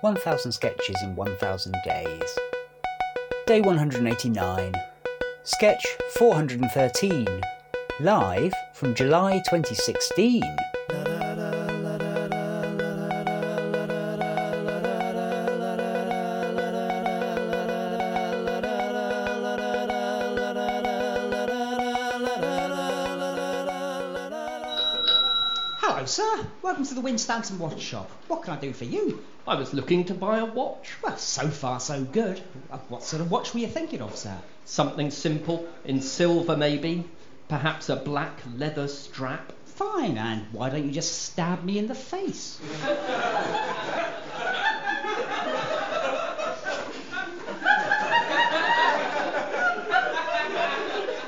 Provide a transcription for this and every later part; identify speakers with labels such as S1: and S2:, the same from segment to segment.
S1: 1000 Sketches in 1000 Days. Day 189. Sketch 413. Live from July 2016.
S2: Hello, sir. Welcome to the Winstanton Watch Shop. What can I do for you?
S3: I was looking to buy a watch.
S2: Well, so far so good. Uh, What sort of watch were you thinking of, sir?
S3: Something simple, in silver maybe. Perhaps a black leather strap.
S2: Fine, and why don't you just stab me in the face?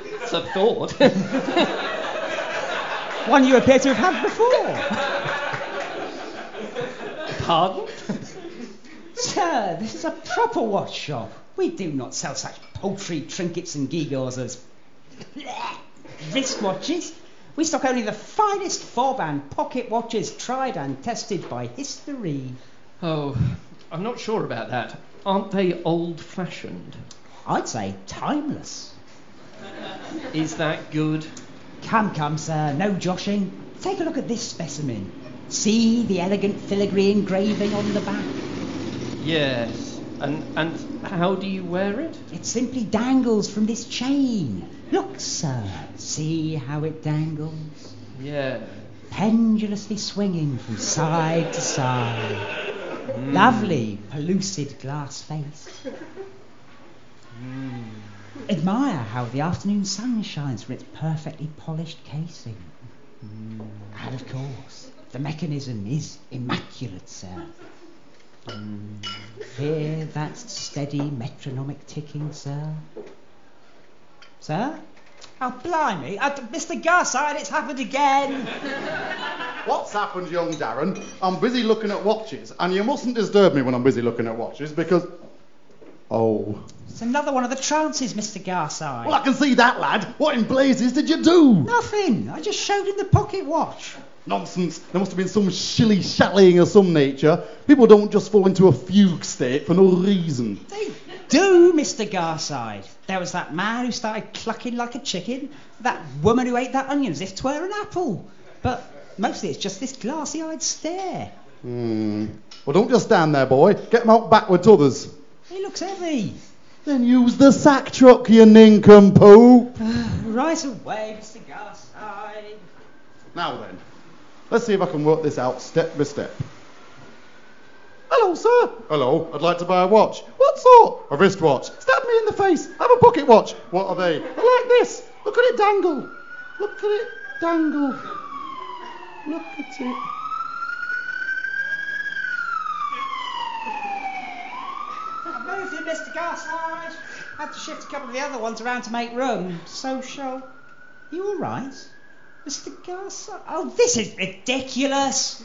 S3: It's a thought.
S2: One you appear to have had before.
S3: Pardon?
S2: sir, this is a proper watch shop. We do not sell such paltry trinkets and gewgaws as wristwatches. We stock only the finest fob and pocket watches tried and tested by history.
S3: Oh, I'm not sure about that. Aren't they old fashioned?
S2: I'd say timeless.
S3: Is that good?
S2: Come, come, sir, no joshing. Take a look at this specimen. See the elegant filigree engraving on the back.
S3: Yes. And and how do you wear it?
S2: It simply dangles from this chain. Look, sir, see how it dangles?
S3: Yeah.
S2: Pendulously swinging from side to side. Lovely, pellucid glass face. Admire how the afternoon sun shines from its perfectly polished casing. And of course, the mechanism is immaculate, sir. Hear that steady metronomic ticking, sir? Sir? Oh, blimey. Uh, Mr. Garside, it's happened again.
S4: What's happened, young Darren? I'm busy looking at watches, and you mustn't disturb me when I'm busy looking at watches because. Oh.
S2: It's another one of the trances, Mr. Garside.
S4: Well, I can see that, lad. What in blazes did you do?
S2: Nothing. I just showed him the pocket watch.
S4: Nonsense. There must have been some shilly shallying of some nature. People don't just fall into a fugue state for no reason.
S2: They do, Mr. Garside. There was that man who started clucking like a chicken, that woman who ate that onion as if 'twere an apple. But mostly it's just this glassy eyed stare.
S4: Hmm. Well, don't just stand there, boy. Get 'em out backward to others.
S2: He looks heavy.
S4: Then use the sack truck, you nincompoop.
S2: Right away, Mr. Garside.
S4: Now then, let's see if I can work this out step by step. Hello, sir. Hello, I'd like to buy a watch. What sort? A wristwatch. Stab me in the face. I have a pocket watch. What are they? They're like this. Look at it dangle. Look at it dangle. Look at it.
S2: I've moved him, Mr. Garside. Had to shift a couple of the other ones around to make room. Social. You all right? Mr. Garside? Oh, this is ridiculous.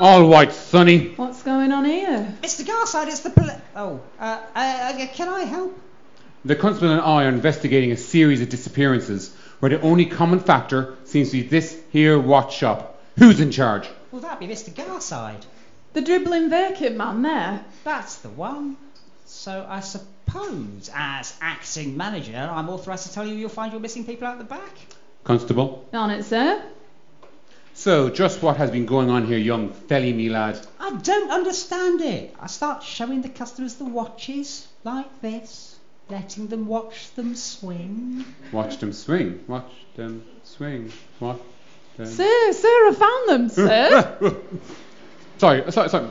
S5: All right, Sonny.
S6: What's going on here?
S2: Mr. Garside, it's the poli- Oh, uh, uh, uh, can I help?
S5: The constable and I are investigating a series of disappearances where the only common factor seems to be this here watch shop. Who's in charge?
S2: Well, that'd be Mr. Garside.
S6: The dribbling Verkid man there.
S2: That's the one. So I suppose, as acting manager, I'm authorised to tell you you'll find your missing people out the back.
S5: Constable.
S6: On it, sir.
S5: So, just what has been going on here, young felly me lad?
S2: I don't understand it. I start showing the customers the watches like this, letting them watch them swing.
S5: Watch them swing. Watch them swing. Watch them.
S6: Sir, sir, I found them, sir.
S5: sorry, uh, sorry, sorry.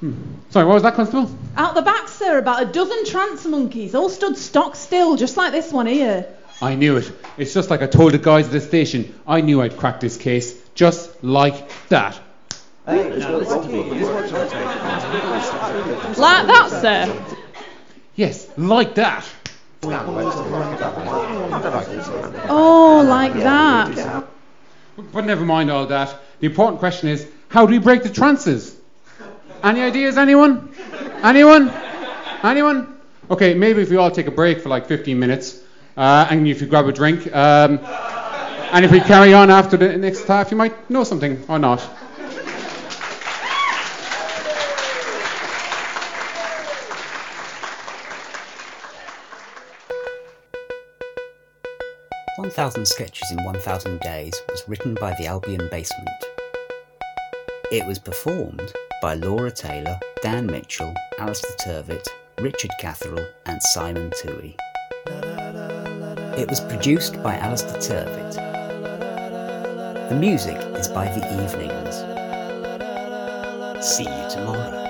S5: Hmm. Sorry, what was that, Constable?
S6: Out the back, sir, about a dozen trance monkeys, all stood stock still, just like this one here.
S5: I knew it. It's just like I told the guys at the station. I knew I'd crack this case. Just like that.
S6: Like that, sir.
S5: Yes, like that.
S6: Oh, like that.
S5: But never mind all that. The important question is, how do we break the trances? Any ideas, anyone? Anyone? Anyone? Okay, maybe if we all take a break for like 15 minutes, uh, and if you grab a drink, um, and if we carry on after the next half, you might know something or not.
S1: 1000 Sketches in 1000 Days was written by the Albion Basement. It was performed by Laura Taylor, Dan Mitchell, Alistair Turvitt, Richard Catherall, and Simon Toohey. It was produced by Alistair Turvitt. The music is by The Evenings. See you tomorrow.